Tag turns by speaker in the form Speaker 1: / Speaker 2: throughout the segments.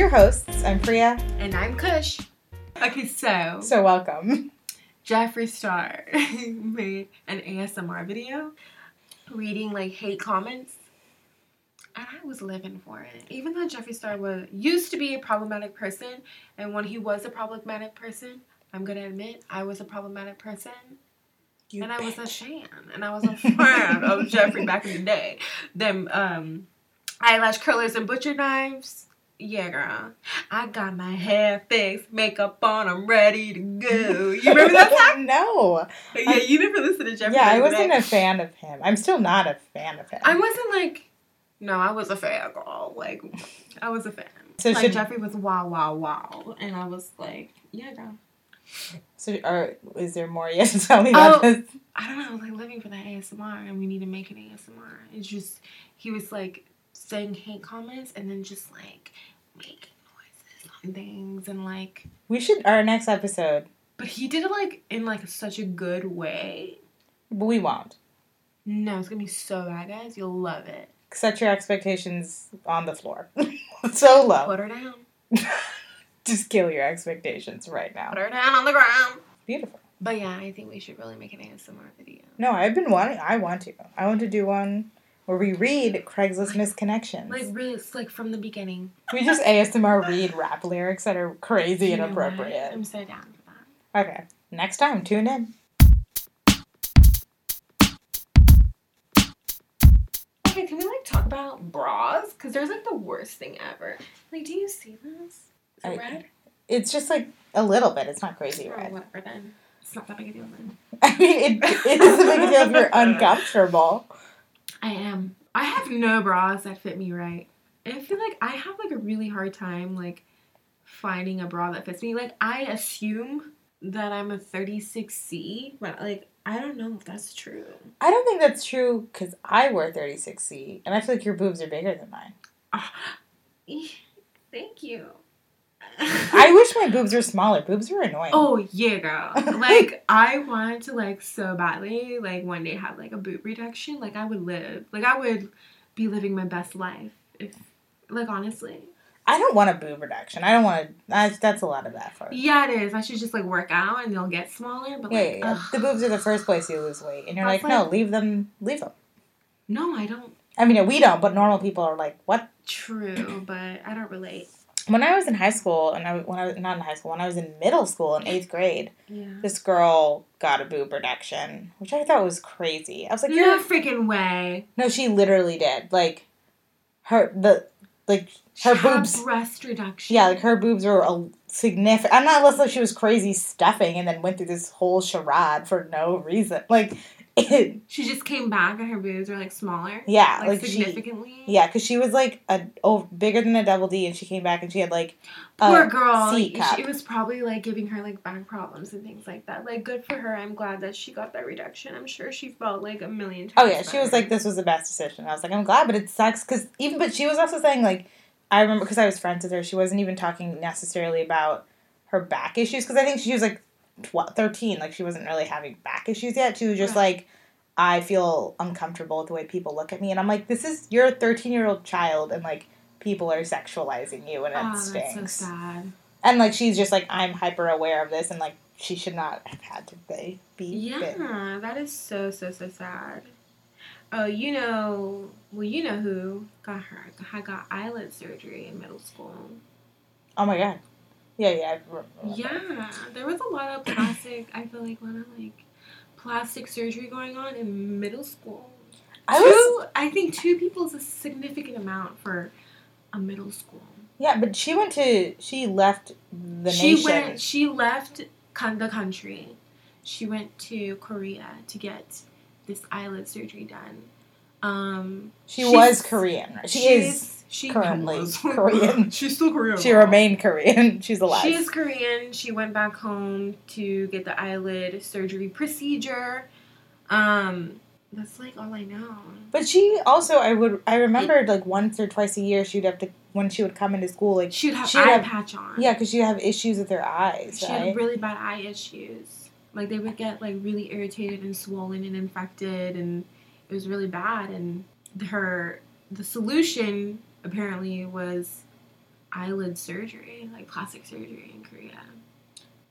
Speaker 1: I'm Priya,
Speaker 2: And I'm Kush. Okay, so,
Speaker 1: so welcome.
Speaker 2: Jeffree Star made an ASMR video reading like hate comments. And I was living for it. Even though Jeffree Star was used to be a problematic person, and when he was a problematic person, I'm gonna admit I was a problematic person.
Speaker 1: You
Speaker 2: and I was a
Speaker 1: bitch.
Speaker 2: fan. And I was a fan of Jeffree back in the day. Them um eyelash curlers and butcher knives. Yeah, girl. I got my hair fixed, makeup on, I'm ready to go. You remember that song?
Speaker 1: no.
Speaker 2: Yeah, you never listened to Jeffree.
Speaker 1: yeah, I
Speaker 2: back in the
Speaker 1: wasn't
Speaker 2: day.
Speaker 1: a fan of him. I'm still not a fan of him.
Speaker 2: I wasn't like, no, I was a fan, girl. Like, I was a fan.
Speaker 1: So
Speaker 2: like
Speaker 1: should-
Speaker 2: Jeffree was wow, wow, wow, and I was like, yeah, girl.
Speaker 1: so, are, is there more you have to tell me about
Speaker 2: Oh.
Speaker 1: this?
Speaker 2: I don't know, like living for that ASMR, and we need to make an ASMR. It's just he was like saying hate comments and then just like making noises on things and like,
Speaker 1: We should our next episode,
Speaker 2: but he did it like in like such a good way.
Speaker 1: but we won't.
Speaker 2: No, it's gonna be so bad, guys. You'll love it.
Speaker 1: Set your expectations on the floor, so low.
Speaker 2: Put her down.
Speaker 1: Just kill your expectations right now.
Speaker 2: Put her down on the ground.
Speaker 1: Beautiful.
Speaker 2: But yeah, I think we should really make an ASMR video.
Speaker 1: No, I've been wanting. I want to. I want to do one where we read Craigslist misconnections.
Speaker 2: Like really, it's like from the beginning.
Speaker 1: we just ASMR read rap lyrics that are crazy
Speaker 2: You know what?
Speaker 1: inappropriate.
Speaker 2: I'm so down for that.
Speaker 1: Okay. Next time, tune in.
Speaker 2: Okay, can we like talk about bras? Because they're like the worst thing ever. Like, do you see this? Is it
Speaker 1: I-
Speaker 2: red?
Speaker 1: It's just like a little bit. It's not crazy
Speaker 2: Oh,
Speaker 1: red.
Speaker 2: whatever then. It's not that big a deal then.
Speaker 1: I mean, it, it is a big deal if you're uncomfortable.
Speaker 2: I am. I have no bras that fit me right. And I feel like I have like a really hard time like finding a bra that fits me. Like I assume that I'm a 36C, but like I don't know if that's true.
Speaker 1: I don't think that's true because I wear 36C and I feel like your boobs are bigger than mine.
Speaker 2: Ah, e, Thank you.
Speaker 1: I wish my boobs were smaller. Boobs are annoying.
Speaker 2: Oh yeah, girl. Like I wanted to like so badly, like one day have like a boob reduction. Like I would live. Like I would be living my best life if like honestly.
Speaker 1: I don't want a boob reduction. I don't want to. That's, that's a lot of effort. Yeah,
Speaker 2: Yeah it is. I should just like work out and they'll get smaller, but
Speaker 1: yeah,
Speaker 2: like
Speaker 1: yeah.
Speaker 2: ugh.
Speaker 1: The boobs are the first place you lose weight. And you're
Speaker 2: I
Speaker 1: like,
Speaker 2: was
Speaker 1: no,
Speaker 2: like-
Speaker 1: leave them. Leave them.
Speaker 2: No, I don't
Speaker 1: I mean, we don't, but normal people are like, what?
Speaker 2: true, but I don't relate.
Speaker 1: When I was in high school, and I when I was not in high school, when I was in middle school in eighth grade,
Speaker 2: Yeah.
Speaker 1: this girl got a boob reduction, which I thought was crazy. I was like,
Speaker 2: No
Speaker 1: "You're
Speaker 2: freaking way.
Speaker 1: no, she literally did. Like, her the like her
Speaker 2: She had
Speaker 1: boobs.
Speaker 2: breast reduction.
Speaker 1: Yeah, like her boobs were a significant. I'm not unless like, she was crazy stuffing and then went through this whole charade for no reason. Like, it,
Speaker 2: she just came back and her boobs were like smaller.
Speaker 1: yeah,
Speaker 2: Like,
Speaker 1: like, she.
Speaker 2: significantly.
Speaker 1: Yeah, because she was like a oh bigger than a double D, and she came back and she had like a
Speaker 2: Poor girl.
Speaker 1: Uh, C
Speaker 2: like,
Speaker 1: cup.
Speaker 2: she- It was probably like giving her like back problems and things like that. Like good for her. I'm glad that she got that reduction. I'm sure she felt like a million times.
Speaker 1: Oh yeah, she was
Speaker 2: better.
Speaker 1: like, "This was the best decision." I was like, "I'm glad," but it sucks because even. But she was also saying like, I remember because I was friends with her. She wasn't even talking necessarily about her back issues because I think she was like, tw- thirteen. Like she wasn't really having back issues yet. She was just
Speaker 2: Right.
Speaker 1: like, "I feel uncomfortable with the way people look at me," and I'm like, "This is you're a thirteen year old child, and like people are sexualizing you, and it
Speaker 2: oh,
Speaker 1: stinks."
Speaker 2: that's so sad.
Speaker 1: And like she's just like, "I'm hyper aware of this," and like she should not have had to be. be bit.
Speaker 2: Yeah, that is so so so sad. Oh, you know, well, you know who got her? I got eyelid surgery in middle school.
Speaker 1: Oh my god. Yeah, Oh, yeah. I re- remember.
Speaker 2: Yeah, there was a lot of plastic. I feel like a lot of like plastic surgery going on in middle school.
Speaker 1: I
Speaker 2: two,
Speaker 1: was
Speaker 2: I think two people is a significant amount for a middle school.
Speaker 1: Yeah, but she went to she left the
Speaker 2: she
Speaker 1: nation.
Speaker 2: went. She left con- the country. She went to Korea to get this eyelid surgery done. Um,
Speaker 1: she
Speaker 2: she's-
Speaker 1: was Korean. right? She is.
Speaker 2: she
Speaker 1: currently
Speaker 2: was.
Speaker 1: Korean.
Speaker 2: She's still Korean.
Speaker 1: She remained Korean. She's alive.
Speaker 2: She is Korean. She went back home to get the eyelid surgery procedure. Um, that's like all I know.
Speaker 1: but she also, I would, I remembered like once or twice a year she'd have to when she would come into school like
Speaker 2: She'd have
Speaker 1: She'd
Speaker 2: eye
Speaker 1: have-
Speaker 2: patch on.
Speaker 1: yeah because she'd have issues with her eyes
Speaker 2: She
Speaker 1: right
Speaker 2: had really bad eye issues. Like they would get like really irritated and swollen and infected, and it was really bad. And her the solution apparently was eyelid surgery, like plastic surgery in Korea.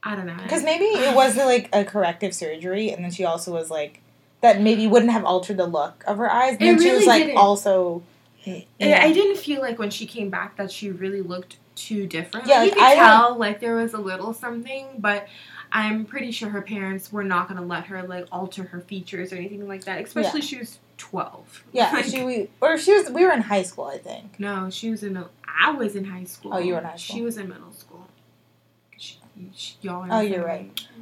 Speaker 2: I don't know.
Speaker 1: Because maybe it was like a corrective surgery, and then she also was like that maybe wouldn't have altered the look of her eyes. And
Speaker 2: It
Speaker 1: then she
Speaker 2: really
Speaker 1: was like
Speaker 2: didn't.
Speaker 1: also. Yeah,
Speaker 2: And I didn't feel like when she came back that she really looked too different.
Speaker 1: Yeah,
Speaker 2: Yeah, you
Speaker 1: like,
Speaker 2: could
Speaker 1: I don't-
Speaker 2: tell like there was a little something, but I'm pretty sure her parents were not gonna let her like alter her features or anything like that. Especially she was twelve.
Speaker 1: yeah
Speaker 2: Like,
Speaker 1: she we or she was we were in high school I think.
Speaker 2: No, she was in. the- I was in high school.
Speaker 1: Oh, you were in high school.
Speaker 2: She was in middle school. She, she, y'all.
Speaker 1: Oh, you're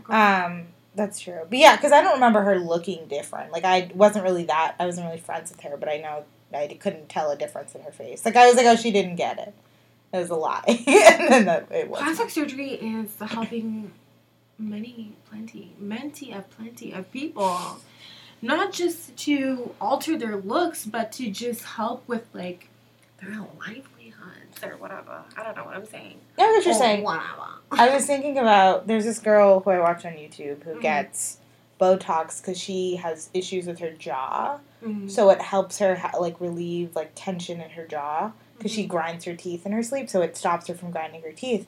Speaker 1: Um, that's true. But yeah, because I don't remember her looking different. Like I wasn't really that. I wasn't really friends with her, but I know I couldn't tell a difference in her face. Like I was like, oh, she didn't get it. It was a lie, and then that, it was.
Speaker 2: Plastic surgery is helping many, plenty, many of plenty of people, not just to alter their looks, but to just help with like their livelihoods or whatever. I don't know what I'm saying.
Speaker 1: No, I know what you're
Speaker 2: Or
Speaker 1: saying.
Speaker 2: Whatever.
Speaker 1: I was thinking about there's this girl who I watch on YouTube who
Speaker 2: Mhm.
Speaker 1: gets Botox because she has issues with her jaw,
Speaker 2: Mhm.
Speaker 1: so it helps her ha- like relieve like tension in her jaw. because she grinds her teeth in her sleep, so it stops her from grinding her teeth.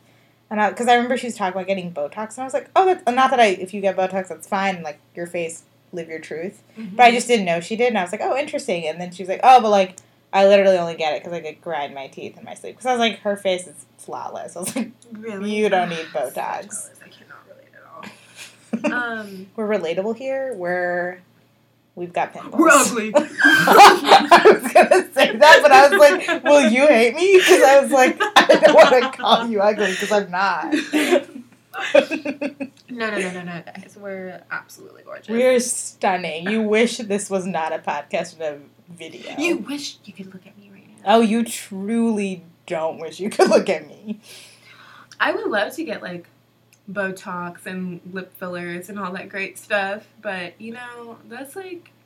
Speaker 1: And because I, remember she was talking about getting Botox, and I was like, oh, that's not that I. If you get Botox, that's fine. and, Like your face, live your truth.
Speaker 2: Mhm.
Speaker 1: But I just didn't know she did, and I was like, oh, interesting. And then she was like, oh, but like I literally only get it because I could grind my teeth in my sleep. Because I was like, her face is flawless. I was like,
Speaker 2: really,
Speaker 1: you don't need
Speaker 2: So
Speaker 1: Botox.
Speaker 2: jealous. I cannot relate at all. um.
Speaker 1: we're relatable here. We're we've got pimples.
Speaker 2: We're ugly.
Speaker 1: I was gonna say that, but I was like, "Will you hate me?" Because I was like, "I don't want to call you ugly because I'm not."
Speaker 2: no, no, no, no, no, guys. We're absolutely gorgeous.
Speaker 1: We're stunning. You wish this was not a podcast but a video.
Speaker 2: you wish you could look at me right now.
Speaker 1: Oh, you truly don't wish you could look at me.
Speaker 2: I would love to get like Botox and lip fillers and all that great stuff, but you know, that's like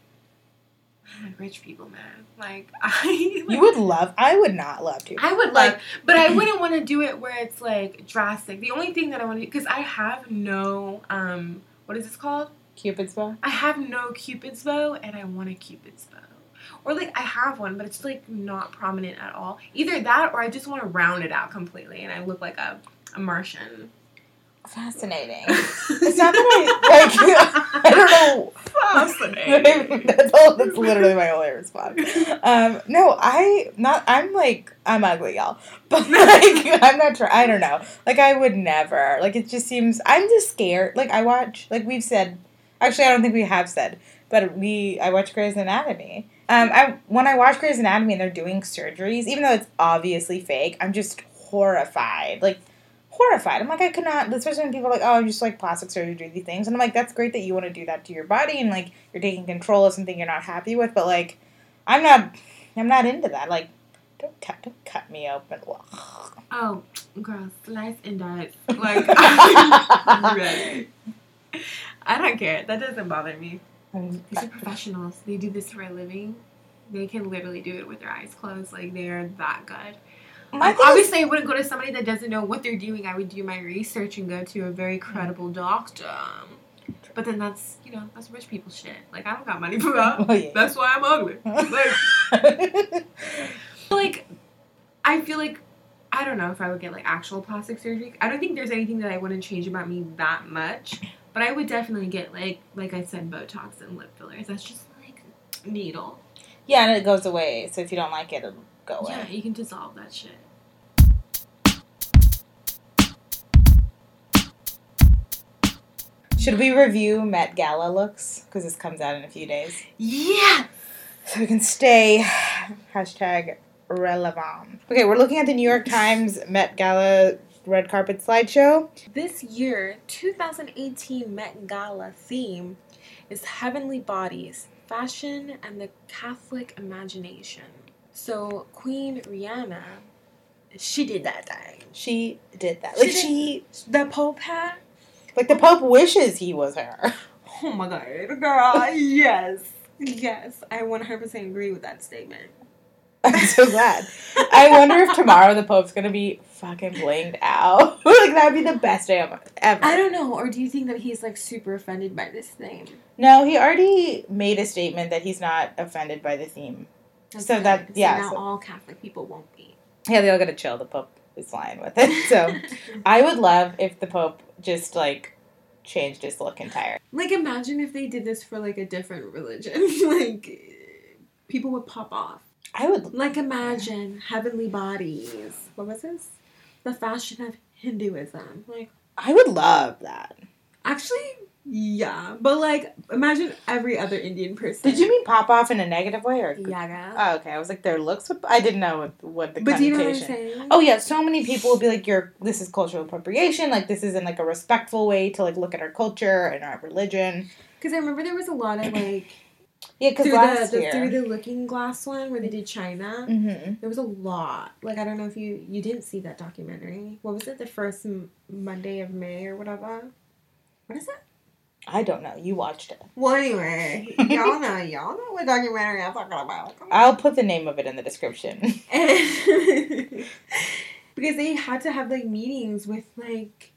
Speaker 2: rich people, man. Like I,
Speaker 1: You would love. I would not love to.
Speaker 2: I would
Speaker 1: Like-
Speaker 2: like, but I wouldn't want to do it where it's like drastic. The only thing that I want to, because I have no, um, what is this called?
Speaker 1: Cupid's bow.
Speaker 2: I have no cupid's bow and I want a cupid's bow. Or like I have one, but it's like not prominent at all. Either that or I just want to round it out completely and I look like a, a Martian.
Speaker 1: Fascinating. It's not that I like. I don't know
Speaker 2: Fascinating.
Speaker 1: that's, all, that's literally my only response. Um, no, I not. I'm like I'm ugly, y'all. But like I'm not. Try- I don't know. Like I would never. Like it just seems. I'm just scared. Like I watch. Like we've said. Actually, I don't think we have said. But we. I watch Grey's Anatomy. Um, I when I watch Grey's Anatomy and they're doing surgeries, even though it's obviously fake, I'm just horrified. Like. Horrified. I'm like, I could not. Especially when people are like, oh, I'm just like plastic surgery, do these things. And I'm like, that's great that you want to do that to your body and like you're taking control of something you're not happy with but like i'm not i'm not into that like don't cut don't cut me open Ugh.
Speaker 2: Oh, girl, slice and dice. Like I'm ready. I don't care. That doesn't bother me.
Speaker 1: I'm-
Speaker 2: These are professionals. They do this for a living. They can literally do it with their eyes closed. Like they're that good.
Speaker 1: my
Speaker 2: Um,
Speaker 1: thing is,
Speaker 2: obviously, I wouldn't go to somebody that doesn't know what they're doing. I would do my research and go to a very credible doctor. But then that's, you know, that's rich people shit. Like, I don't got money for that.
Speaker 1: oh, yeah.
Speaker 2: That's why I'm ugly. Like, like, I feel like, I don't know if I would get, like, actual plastic surgery. I don't think there's anything that I wouldn't change about me that much. But I would definitely get, like, like I said, Botox and lip fillers. That's just, like, needle.
Speaker 1: yeah and it goes away so if you don't like it it'll go away
Speaker 2: Yeah, you can dissolve that shit.
Speaker 1: should we review met gala looks because this comes out in a few days
Speaker 2: Yeah!
Speaker 1: so we can stay hashtag relevant okay we're looking at the new york times met gala red carpet slideshow
Speaker 2: This year, 2018 Met Gala theme is Heavenly Bodies, Fashion, and the Catholic Imagination. So, Queen Rihanna, she did that thing.
Speaker 1: she did that
Speaker 2: She
Speaker 1: like
Speaker 2: did-
Speaker 1: she
Speaker 2: The Pope hat?
Speaker 1: like the pope wishes he was her
Speaker 2: Oh my god, girl, yes. Yes, I 100% agree with that statement.
Speaker 1: I'm so glad. I wonder if tomorrow the Pope's gonna be fucking blinged out. like that'd be the best day of ever.
Speaker 2: I don't know, or do you think that he's like super offended by this thing?
Speaker 1: no, he already made a statement that he's not offended by the theme. So that- yeah,
Speaker 2: now
Speaker 1: so-
Speaker 2: all Catholic people won't be.
Speaker 1: Yeah, they all gotta chill. The Pope is lying with it. So I would love if the Pope just like changed his look entire.
Speaker 2: like, imagine if they did this for like a different religion. like, people would pop off.
Speaker 1: I would.
Speaker 2: Like, imagine heavenly bodies. What was this? The fashion of Hinduism. Like,
Speaker 1: I would love that.
Speaker 2: actually, yeah. But like, imagine every other Indian person.
Speaker 1: Did you mean pop off in a negative way or?
Speaker 2: Yaga.
Speaker 1: Oh, okay, I was like their looks. Would, I didn't know what, what the
Speaker 2: but do you
Speaker 1: connotation.
Speaker 2: know what I'm saying?
Speaker 1: Oh yeah, so many people will be like, "You're this is cultural appropriation. Like this isn't like a respectful way to like look at our culture and our religion."
Speaker 2: Because I remember there was a lot of like
Speaker 1: Yeah, because
Speaker 2: through the,
Speaker 1: last
Speaker 2: the
Speaker 1: year,
Speaker 2: through the Looking Glass one where they did China.
Speaker 1: hmm
Speaker 2: There was a lot. Like I don't know if you you didn't see that documentary. What was it? The first m- Monday of May or whatever. What is it?
Speaker 1: I don't know. You watched it.
Speaker 2: Well, anyway, y'all know y'all know what documentary I'm talking about.
Speaker 1: I'll put the name of it in the description.
Speaker 2: And- because they had to have like meetings with like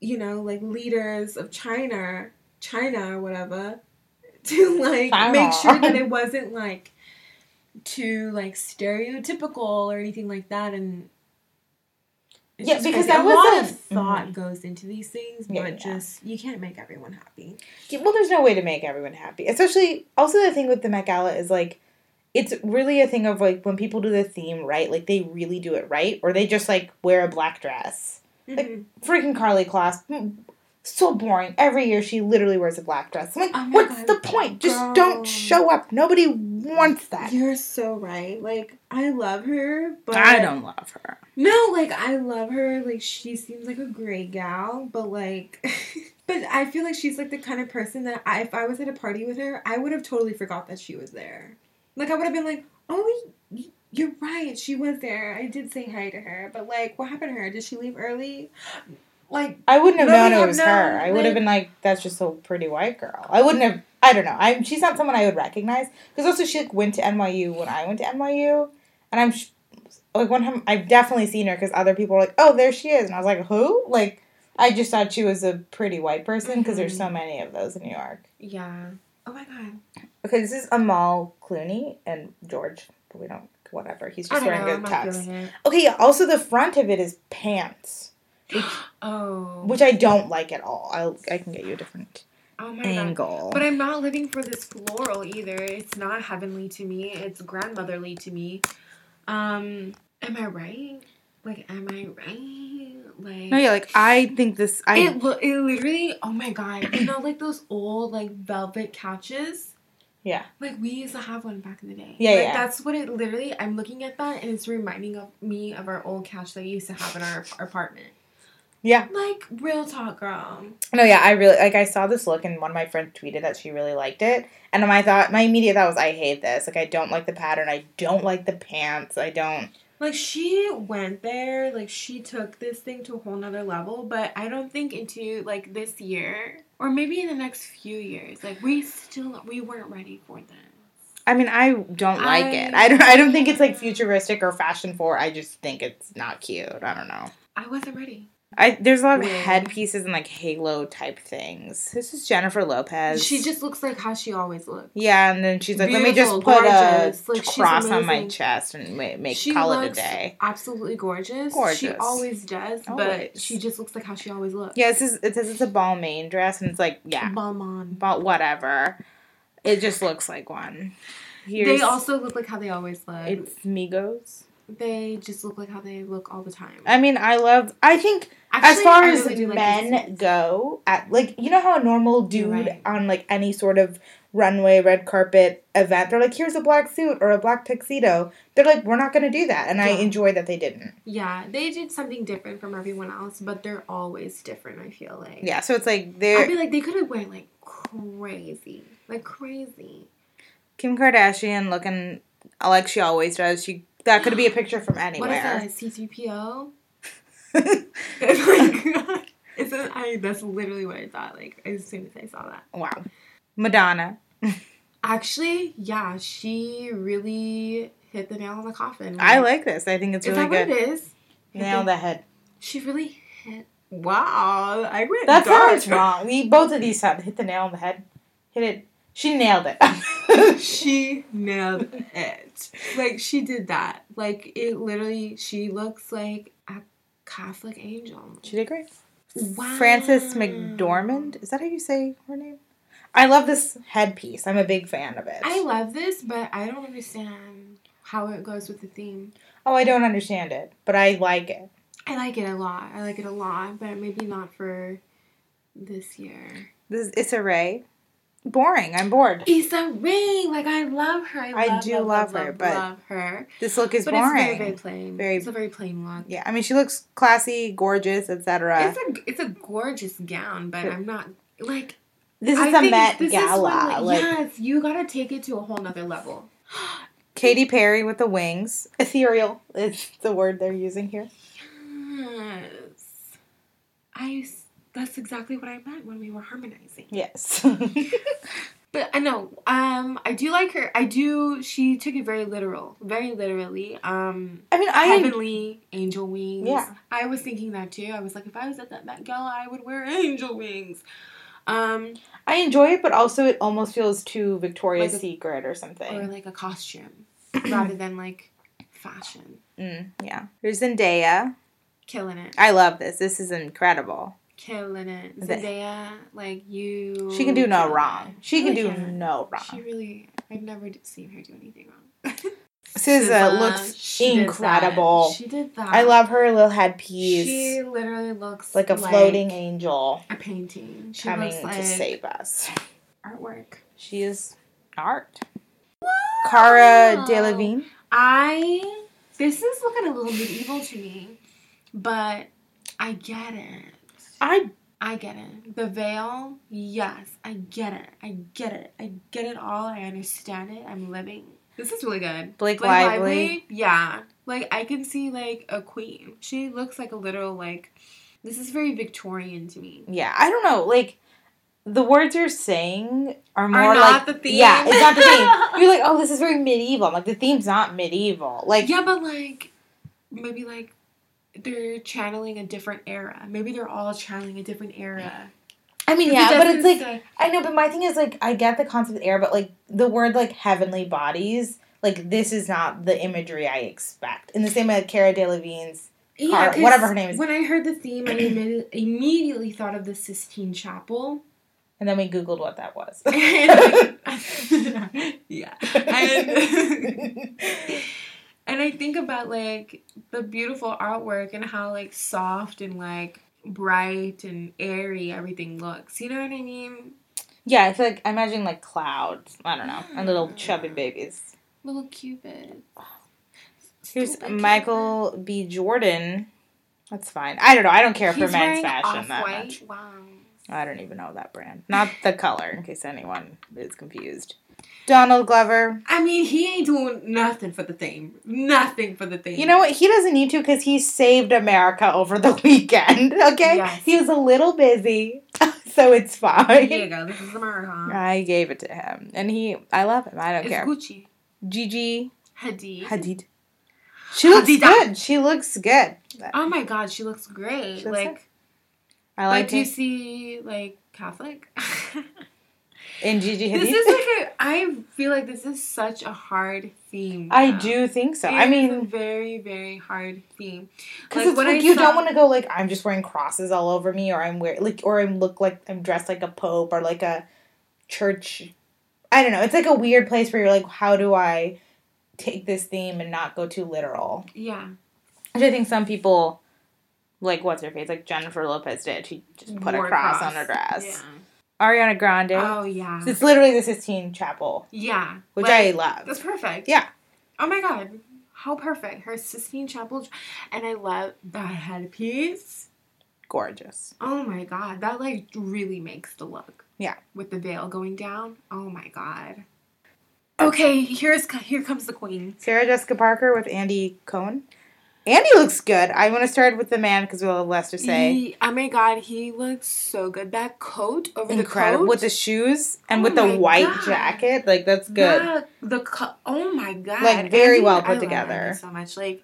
Speaker 2: you know like leaders of china china or whatever to like
Speaker 1: China.
Speaker 2: make sure that it wasn't like too like stereotypical or anything like that and it's
Speaker 1: Yeah,
Speaker 2: just
Speaker 1: because
Speaker 2: crazy.
Speaker 1: that
Speaker 2: a
Speaker 1: was
Speaker 2: lot
Speaker 1: a-
Speaker 2: of thought goes into these things,
Speaker 1: Yeah,
Speaker 2: but
Speaker 1: yeah.
Speaker 2: just you can't make everyone happy.
Speaker 1: Yeah, well, there's no way to make everyone happy. Especially, also the thing with the Met Gala is like, it's really a thing of like when people do the theme right, like they really do it right, or they just like wear a black dress. Like-
Speaker 2: Mhm.
Speaker 1: Freaking Carly Kloss, mm, so boring. Every year she literally wears a black dress. I'm like,
Speaker 2: Oh my
Speaker 1: what's
Speaker 2: God,
Speaker 1: the point? Just
Speaker 2: girl.
Speaker 1: don't show up. Nobody wants that.
Speaker 2: You're so right. Like I love her, but
Speaker 1: don't love her.
Speaker 2: No, like I love her. Like she seems like a great gal, but like, but I feel like she's like the kind of person that I, if I was at a party with her, I would have totally forgot that she was there. Like I would have been like, oh, y- you're right, she was there. I did say hi to her, but like, what happened to her? Did she leave early? Like,
Speaker 1: I wouldn't have
Speaker 2: No,
Speaker 1: known
Speaker 2: no,
Speaker 1: it was
Speaker 2: no,
Speaker 1: her. I would
Speaker 2: like-
Speaker 1: have been like, "That's just a pretty white girl." I wouldn't have. I don't know. I'm. She's not someone I would recognize because also she like went to NYU when I went to NYU, and I'm sh- like one time I've definitely seen her because other people were like, "Oh, there she is," and I was like, "Who?" Like I just thought she was a pretty white person because there's
Speaker 2: Mm-hmm.
Speaker 1: so many of those in New York.
Speaker 2: yeah. Oh my god.
Speaker 1: Okay, this is Amal Clooney and George. But we don't. Whatever. He's
Speaker 2: I
Speaker 1: just
Speaker 2: don't know.
Speaker 1: wearing
Speaker 2: I'm
Speaker 1: good
Speaker 2: not
Speaker 1: tux.
Speaker 2: feeling it.
Speaker 1: Okay. Also, the front of it is pants,
Speaker 2: Oh.
Speaker 1: which I don't like at all. I'll. I can get you a different.
Speaker 2: oh my god.
Speaker 1: angle.
Speaker 2: But I'm not living for this floral either. It's not heavenly to me. It's grandmotherly to me. Um, am I right? Like, am I right? Like,
Speaker 1: no, yeah, like I think this. I
Speaker 2: it, lo- it literally. Oh my god! You know, like those old like velvet couches.
Speaker 1: Yeah.
Speaker 2: Like we used to have one back in the day.
Speaker 1: Yeah,
Speaker 2: Like,
Speaker 1: yeah.
Speaker 2: That's what it literally. I'm looking at that, and it's reminding of me of our old couch that we used to have in our, our apartment.
Speaker 1: Yeah.
Speaker 2: Like real talk, girl.
Speaker 1: no, yeah, I really like. I saw this look, and one of my friends tweeted that she really liked it, and my thought, my immediate thought was, I hate this. Like, I don't like the pattern. I don't like the pants. I don't.
Speaker 2: Like she went there, like she took this thing to a whole nother level, but I don't think into like this year or maybe in the next few years, like we still we weren't ready for that.
Speaker 1: I mean, I don't like it.
Speaker 2: I-
Speaker 1: I don't. I don't think it's like futuristic or fashion forward. I just think it's not cute. I don't know.
Speaker 2: I wasn't ready.
Speaker 1: I there's a lot of
Speaker 2: Weird.
Speaker 1: headpieces and like halo type things. This is Jennifer Lopez.
Speaker 2: she just looks like how she always looked.
Speaker 1: Yeah, and then she's like, "Let me just
Speaker 2: Beautiful,
Speaker 1: put
Speaker 2: gorgeous.
Speaker 1: a
Speaker 2: Like, she's
Speaker 1: cross on my
Speaker 2: amazing.
Speaker 1: chest and ma- make
Speaker 2: She
Speaker 1: call it a
Speaker 2: looks-
Speaker 1: day."
Speaker 2: Absolutely gorgeous. She
Speaker 1: Gorgeous.
Speaker 2: always does, but
Speaker 1: Always.
Speaker 2: she just looks like how she always looked.
Speaker 1: Yeah, this is it says it's a Balmain dress, and it's like
Speaker 2: Mm-hmm.
Speaker 1: yeah,
Speaker 2: Balmain.
Speaker 1: but whatever. It just looks like one. Here's
Speaker 2: They also look like how they always look.
Speaker 1: it's Migos.
Speaker 2: they just look like how they look all the time.
Speaker 1: I mean, I love. I think Uh, as
Speaker 2: Actually,
Speaker 1: far
Speaker 2: I
Speaker 1: as
Speaker 2: really do like
Speaker 1: men
Speaker 2: these.
Speaker 1: go, at like you know how a normal dude
Speaker 2: right.
Speaker 1: on like any sort of runway red carpet event, they're like, "Here's a black suit or a black tuxedo." They're like, "We're not gonna do that," and I
Speaker 2: Yeah.
Speaker 1: enjoy that they didn't.
Speaker 2: Yeah, they did something different from everyone else, but they're always different, I feel like.
Speaker 1: Yeah, so it's like
Speaker 2: I'd
Speaker 1: they're
Speaker 2: be like, they could have went like crazy. Like crazy.
Speaker 1: Kim Kardashian looking like she always does. She that could be a picture from anywhere.
Speaker 2: What is that? C3PO? oh my god. It's an, I, that's literally what I thought, like, as soon as I saw that.
Speaker 1: wow, Madonna.
Speaker 2: Actually, yeah, she really hit the nail on the coffin.
Speaker 1: I like this. I think it's
Speaker 2: Is
Speaker 1: really
Speaker 2: that
Speaker 1: good.
Speaker 2: what it is?
Speaker 1: Nail the head.
Speaker 2: She really hit. Wow. I went
Speaker 1: That
Speaker 2: dark.
Speaker 1: sounds wrong. We both of these sound hit the nail on the head. Hit it. She nailed it.
Speaker 2: she nailed it. Like she did that. Like it literally. She looks like a Catholic angel.
Speaker 1: she did great.
Speaker 2: Wow.
Speaker 1: Frances McDormand. Is that how you say her name? I love this headpiece. I'm a big fan of it.
Speaker 2: I love this, but I don't understand how it goes with the theme.
Speaker 1: oh, I don't understand it, but I like it.
Speaker 2: I like it a lot. I like it a lot, but maybe not for this year.
Speaker 1: This is Issa Rae. Boring. I'm bored.
Speaker 2: Issa Rae, like I love her. I,
Speaker 1: I
Speaker 2: love,
Speaker 1: do
Speaker 2: love,
Speaker 1: love her, but
Speaker 2: love her.
Speaker 1: This look is
Speaker 2: but
Speaker 1: boring.
Speaker 2: it's very, very plain.
Speaker 1: Very-
Speaker 2: it's a very plain look.
Speaker 1: yeah, I mean, she looks classy, gorgeous, etc.
Speaker 2: It's a it's a gorgeous gown, but I'm not like
Speaker 1: This
Speaker 2: I
Speaker 1: is a
Speaker 2: think
Speaker 1: Met
Speaker 2: this is
Speaker 1: Gala.
Speaker 2: when,
Speaker 1: like
Speaker 2: yes, you gotta take it to a whole nother level.
Speaker 1: Katy Perry with the wings. Ethereal is the word they're using here.
Speaker 2: Yes, I. s- That's exactly what I meant when we were harmonizing.
Speaker 1: Yes.
Speaker 2: But I know, um, I do like her. I do. She took it very literal, very literally. Um,
Speaker 1: I mean, I
Speaker 2: heavenly angel wings.
Speaker 1: Yeah.
Speaker 2: I was thinking that too. I was like, if I was at that Met Gala, I would wear angel wings. Um,
Speaker 1: I enjoy it, but also it almost feels too Victoria's
Speaker 2: Like a-
Speaker 1: Secret or something.
Speaker 2: or like a costume rather than like fashion.
Speaker 1: Mm, yeah. There's Zendaya.
Speaker 2: Killing it,
Speaker 1: I love this. This is incredible.
Speaker 2: killing it.
Speaker 1: The-
Speaker 2: Zendaya, like you.
Speaker 1: She can do no
Speaker 2: killing
Speaker 1: wrong.
Speaker 2: it.
Speaker 1: She can
Speaker 2: Really
Speaker 1: do
Speaker 2: killing it.
Speaker 1: no
Speaker 2: She
Speaker 1: wrong.
Speaker 2: really. I've never d- seen her do anything wrong.
Speaker 1: SZA
Speaker 2: She
Speaker 1: looks
Speaker 2: did that.
Speaker 1: incredible.
Speaker 2: She did that.
Speaker 1: I love her little headpiece.
Speaker 2: She literally looks
Speaker 1: like a floating angel
Speaker 2: a painting. She
Speaker 1: coming
Speaker 2: looks like
Speaker 1: to save us.
Speaker 2: artwork.
Speaker 1: She is art. Cara
Speaker 2: Wow.
Speaker 1: Delevingne.
Speaker 2: I this is looking a little medieval to me, but I get it.
Speaker 1: I
Speaker 2: I get it. The veil, yes, I get it. I get it. I get it all. I understand it. I'm living. This is really good.
Speaker 1: Blake,
Speaker 2: Blake
Speaker 1: Lively.
Speaker 2: Lively, yeah. Like I can see like a queen. She looks like a little like. This is very Victorian to me.
Speaker 1: Yeah, I don't know. Like the words you're saying are more
Speaker 2: not
Speaker 1: like
Speaker 2: the theme.
Speaker 1: Yeah, it's not the theme. you're like, oh, this is very medieval. I'm like the theme's not medieval. Like
Speaker 2: yeah, but like maybe like they're channeling a different era. Maybe they're all channeling a different era.
Speaker 1: I mean,
Speaker 2: 'Cause
Speaker 1: yeah,
Speaker 2: it
Speaker 1: but it's
Speaker 2: doesn't
Speaker 1: like
Speaker 2: say-
Speaker 1: I know, but my thing is like I get the concept of air, but like the word like heavenly bodies, like this is not the imagery I expect. In the same way like Cara Delevingne's
Speaker 2: yeah,
Speaker 1: or
Speaker 2: 'cause
Speaker 1: whatever her name is.
Speaker 2: When I heard the theme, I imme- immediately thought of the Sistine Chapel.
Speaker 1: and then we Googled what that was.
Speaker 2: yeah, And- and I think about like the beautiful artwork and how like soft and like bright and airy everything looks. You know what I mean?
Speaker 1: yeah, I feel like I imagine like clouds. I don't know. And
Speaker 2: Hmm.
Speaker 1: little chubby babies.
Speaker 2: Little Cupid.
Speaker 1: Here's
Speaker 2: Stupid Cupid.
Speaker 1: Michael B. Jordan. That's fine. I don't know. I don't care for
Speaker 2: He's wearing
Speaker 1: men's fashion that
Speaker 2: off-white.
Speaker 1: much.
Speaker 2: Wow.
Speaker 1: I don't even know that brand. Not the color, in case anyone is confused. Donald Glover,
Speaker 2: I mean, he ain't doing nothing for the theme. Nothing for the theme.
Speaker 1: You know what? He doesn't need to because he saved America over the weekend. Okay,
Speaker 2: Yes.
Speaker 1: he was a little busy, so it's fine.
Speaker 2: Here you go. This is America.
Speaker 1: I gave it to him, and he. I love him. I don't
Speaker 2: It's
Speaker 1: care.
Speaker 2: Gucci.
Speaker 1: Gigi
Speaker 2: Hadid.
Speaker 1: Hadid. She looks
Speaker 2: Hadida.
Speaker 1: good. She looks good.
Speaker 2: Oh my God, she looks great.
Speaker 1: She looks
Speaker 2: like,
Speaker 1: I
Speaker 2: like,
Speaker 1: like
Speaker 2: do you
Speaker 1: her.
Speaker 2: see like Catholic?
Speaker 1: And Gigi Hadid.
Speaker 2: this is like a. I feel like this is such a hard theme.
Speaker 1: I
Speaker 2: now.
Speaker 1: do think so.
Speaker 2: It
Speaker 1: I
Speaker 2: is a
Speaker 1: mean,
Speaker 2: very very hard theme.
Speaker 1: because
Speaker 2: like,
Speaker 1: it's
Speaker 2: when
Speaker 1: like
Speaker 2: I
Speaker 1: you don't
Speaker 2: saw-
Speaker 1: want to go like I'm just wearing crosses all over me, or I'm wear like, or I'm look like I'm dressed like a pope or like a church. I don't know. It's like a weird place where you're like, how do I take this theme and not go too literal?
Speaker 2: Yeah.
Speaker 1: Which I think some people, like what's her face, like Jennifer Lopez did. She just put
Speaker 2: Wore
Speaker 1: a cross, on her dress.
Speaker 2: Yeah.
Speaker 1: Ariana Grande.
Speaker 2: Oh yeah.
Speaker 1: It's literally the Sistine Chapel,
Speaker 2: yeah.
Speaker 1: which
Speaker 2: Like,
Speaker 1: I love.
Speaker 2: That's perfect.
Speaker 1: Yeah.
Speaker 2: Oh my god. How perfect. Her Sistine Chapel. And I love that headpiece.
Speaker 1: gorgeous.
Speaker 2: Oh my god. That like really makes the look.
Speaker 1: Yeah.
Speaker 2: With the veil going down. Oh my god. Okay, here's here comes the queen.
Speaker 1: Sarah Jessica Parker with Andy Cohen. Andy looks good. I want to start with the man because we'll have less to say.
Speaker 2: He- oh my god, he looks so good. That coat over the
Speaker 1: Incredible
Speaker 2: coat.
Speaker 1: with the shoes and
Speaker 2: Oh
Speaker 1: with the
Speaker 2: my
Speaker 1: white
Speaker 2: God.
Speaker 1: jacket, like that's good.
Speaker 2: That- the co- oh my god.
Speaker 1: Like, very
Speaker 2: Andy-
Speaker 1: well put
Speaker 2: I love
Speaker 1: together.
Speaker 2: Andy so much like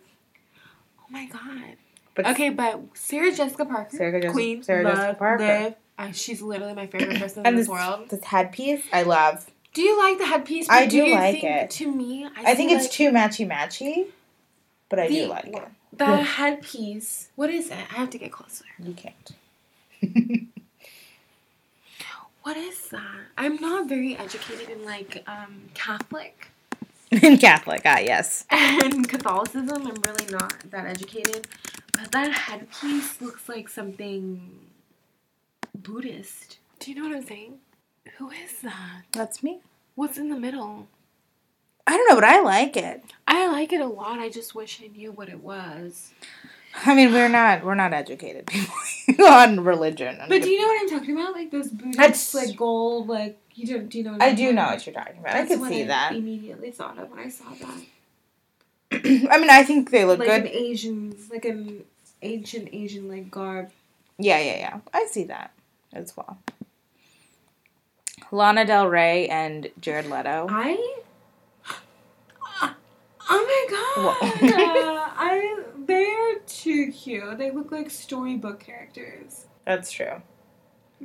Speaker 2: Oh my god.
Speaker 1: But
Speaker 2: Okay, but Sarah Jessica Parker,
Speaker 1: Sarah Jessica-
Speaker 2: Queen,
Speaker 1: Sarah
Speaker 2: love,
Speaker 1: Jessica Parker.
Speaker 2: live. I, she's literally my favorite person in
Speaker 1: and
Speaker 2: this
Speaker 1: this
Speaker 2: world.
Speaker 1: this headpiece, I love.
Speaker 2: Do you like the headpiece?
Speaker 1: I do
Speaker 2: you
Speaker 1: like
Speaker 2: think,
Speaker 1: it.
Speaker 2: To me,
Speaker 1: I think it's
Speaker 2: like
Speaker 1: too matchy matchy, but I do
Speaker 2: The-
Speaker 1: like it.
Speaker 2: the
Speaker 1: Yeah.
Speaker 2: headpiece. What is it? I have to get closer.
Speaker 1: You can't.
Speaker 2: What is that? I'm not very educated in like um, Catholic
Speaker 1: In Catholic, ah, yes.
Speaker 2: and Catholicism. I'm really not that educated, but that headpiece looks like something Buddhist. Do you know what I'm saying? Who is that?
Speaker 1: That's me.
Speaker 2: What's in the middle?
Speaker 1: I don't know, but I like it.
Speaker 2: I like it a lot. I just wish I knew what it was.
Speaker 1: I mean, we're not we're not educated people on religion.
Speaker 2: But do you know what I'm talking about? Like those Buddhist,
Speaker 1: That's-
Speaker 2: like gold, like you don't. Do you know? What
Speaker 1: I
Speaker 2: I'm
Speaker 1: do
Speaker 2: talking
Speaker 1: know
Speaker 2: about?
Speaker 1: what you're talking about. I
Speaker 2: That's
Speaker 1: could
Speaker 2: what
Speaker 1: see
Speaker 2: I
Speaker 1: that.
Speaker 2: Immediately thought of when I saw that.
Speaker 1: I mean, I think they look
Speaker 2: like
Speaker 1: good.
Speaker 2: an Asian, like an ancient Asian like garb.
Speaker 1: Yeah, yeah, yeah. I see that as well. Lana Del Rey and Jared Leto.
Speaker 2: I. Oh my god!
Speaker 1: What?
Speaker 2: I they're too cute. They look like storybook characters.
Speaker 1: That's true.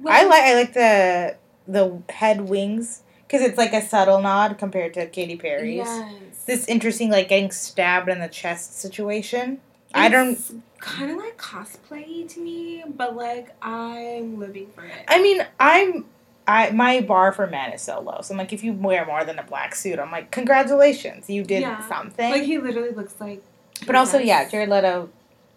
Speaker 1: I like I like the the head wings because it's like a subtle nod compared to Katy Perry's.
Speaker 2: Yes.
Speaker 1: This interesting like getting stabbed in the chest situation. I don't.
Speaker 2: Kind of like cosplay to me, but like I'm living for it.
Speaker 1: I mean, I'm. I my bar for men is so low. So I'm like, if you wear more than a black suit, I'm like, congratulations, you did
Speaker 2: Yeah.
Speaker 1: something.
Speaker 2: like he literally looks like.
Speaker 1: but also,
Speaker 2: Jesus.
Speaker 1: yeah, Jared Leto.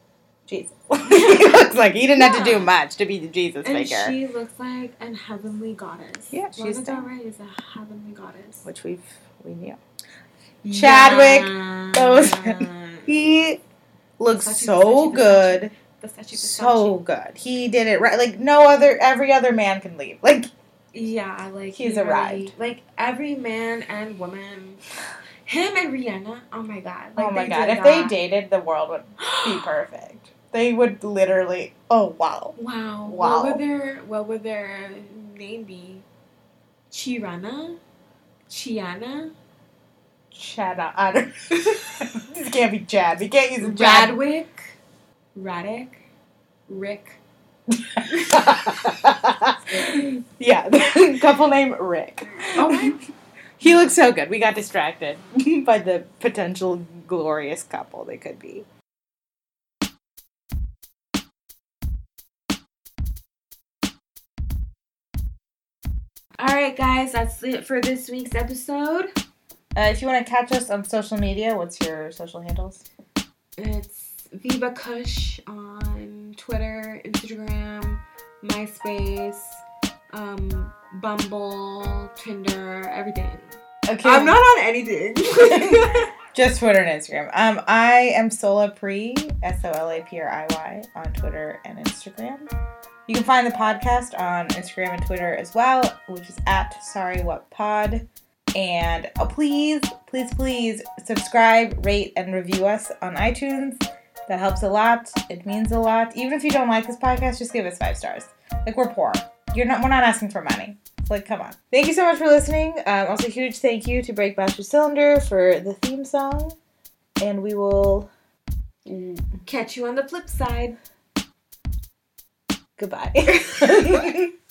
Speaker 1: Jesus, he looks like he didn't have to
Speaker 2: Yeah.
Speaker 1: do much to be the Jesus
Speaker 2: And
Speaker 1: figure.
Speaker 2: she looks like an heavenly goddess.
Speaker 1: Yeah, she's
Speaker 2: Lana Del
Speaker 1: done.
Speaker 2: Rey is a heavenly goddess.
Speaker 1: which we've we knew. Chadwick
Speaker 2: Yes.
Speaker 1: He looks
Speaker 2: Versace,
Speaker 1: so
Speaker 2: Versace,
Speaker 1: good,
Speaker 2: Versace, Versace.
Speaker 1: so good. He did it right. Like no other, every other man can leave. Like
Speaker 2: Yeah, like
Speaker 1: He's
Speaker 2: he really-
Speaker 1: arrived.
Speaker 2: Like every man and woman, him and Rihanna. Oh my god! Like
Speaker 1: oh my
Speaker 2: they
Speaker 1: god,
Speaker 2: did
Speaker 1: if they
Speaker 2: that.
Speaker 1: dated, the world would be perfect. They would literally. Oh wow.
Speaker 2: Wow.
Speaker 1: Wow.
Speaker 2: What would their What would their name be? Chirana, Chiana,
Speaker 1: Chad, I don't. this can't be Chad. We can't use a Chad.
Speaker 2: Radwick, Radic, Rick.
Speaker 1: yeah, couple name Rick.
Speaker 2: Oh my!
Speaker 1: He looks so good. We got distracted by the potential glorious couple they could be.
Speaker 2: All right, guys, that's it for this week's episode.
Speaker 1: Uh, if you want to catch us on social media, what's your social handles?
Speaker 2: It's Viva Kush on Twitter, Instagram, MySpace, um, Bumble, Tinder, everything.
Speaker 1: Okay,
Speaker 2: on anything.
Speaker 1: just Twitter and Instagram. Um, I am Sola Pri, S O L A P R I Y, on Twitter and Instagram. You can find the podcast on Instagram and Twitter as well, which is at Sorry What Pod. And oh, please, please, please subscribe, rate, and review us on iTunes. That helps a lot. It means a lot. Even if you don't like this podcast, just give us five stars. Like we're poor. You're not. We're not asking for money. It's like, come on. Thank you so much for listening. Um, also, huge thank you to Break Master Cylinder for the theme song, and we will
Speaker 2: Catch you on the flip side.
Speaker 1: goodbye.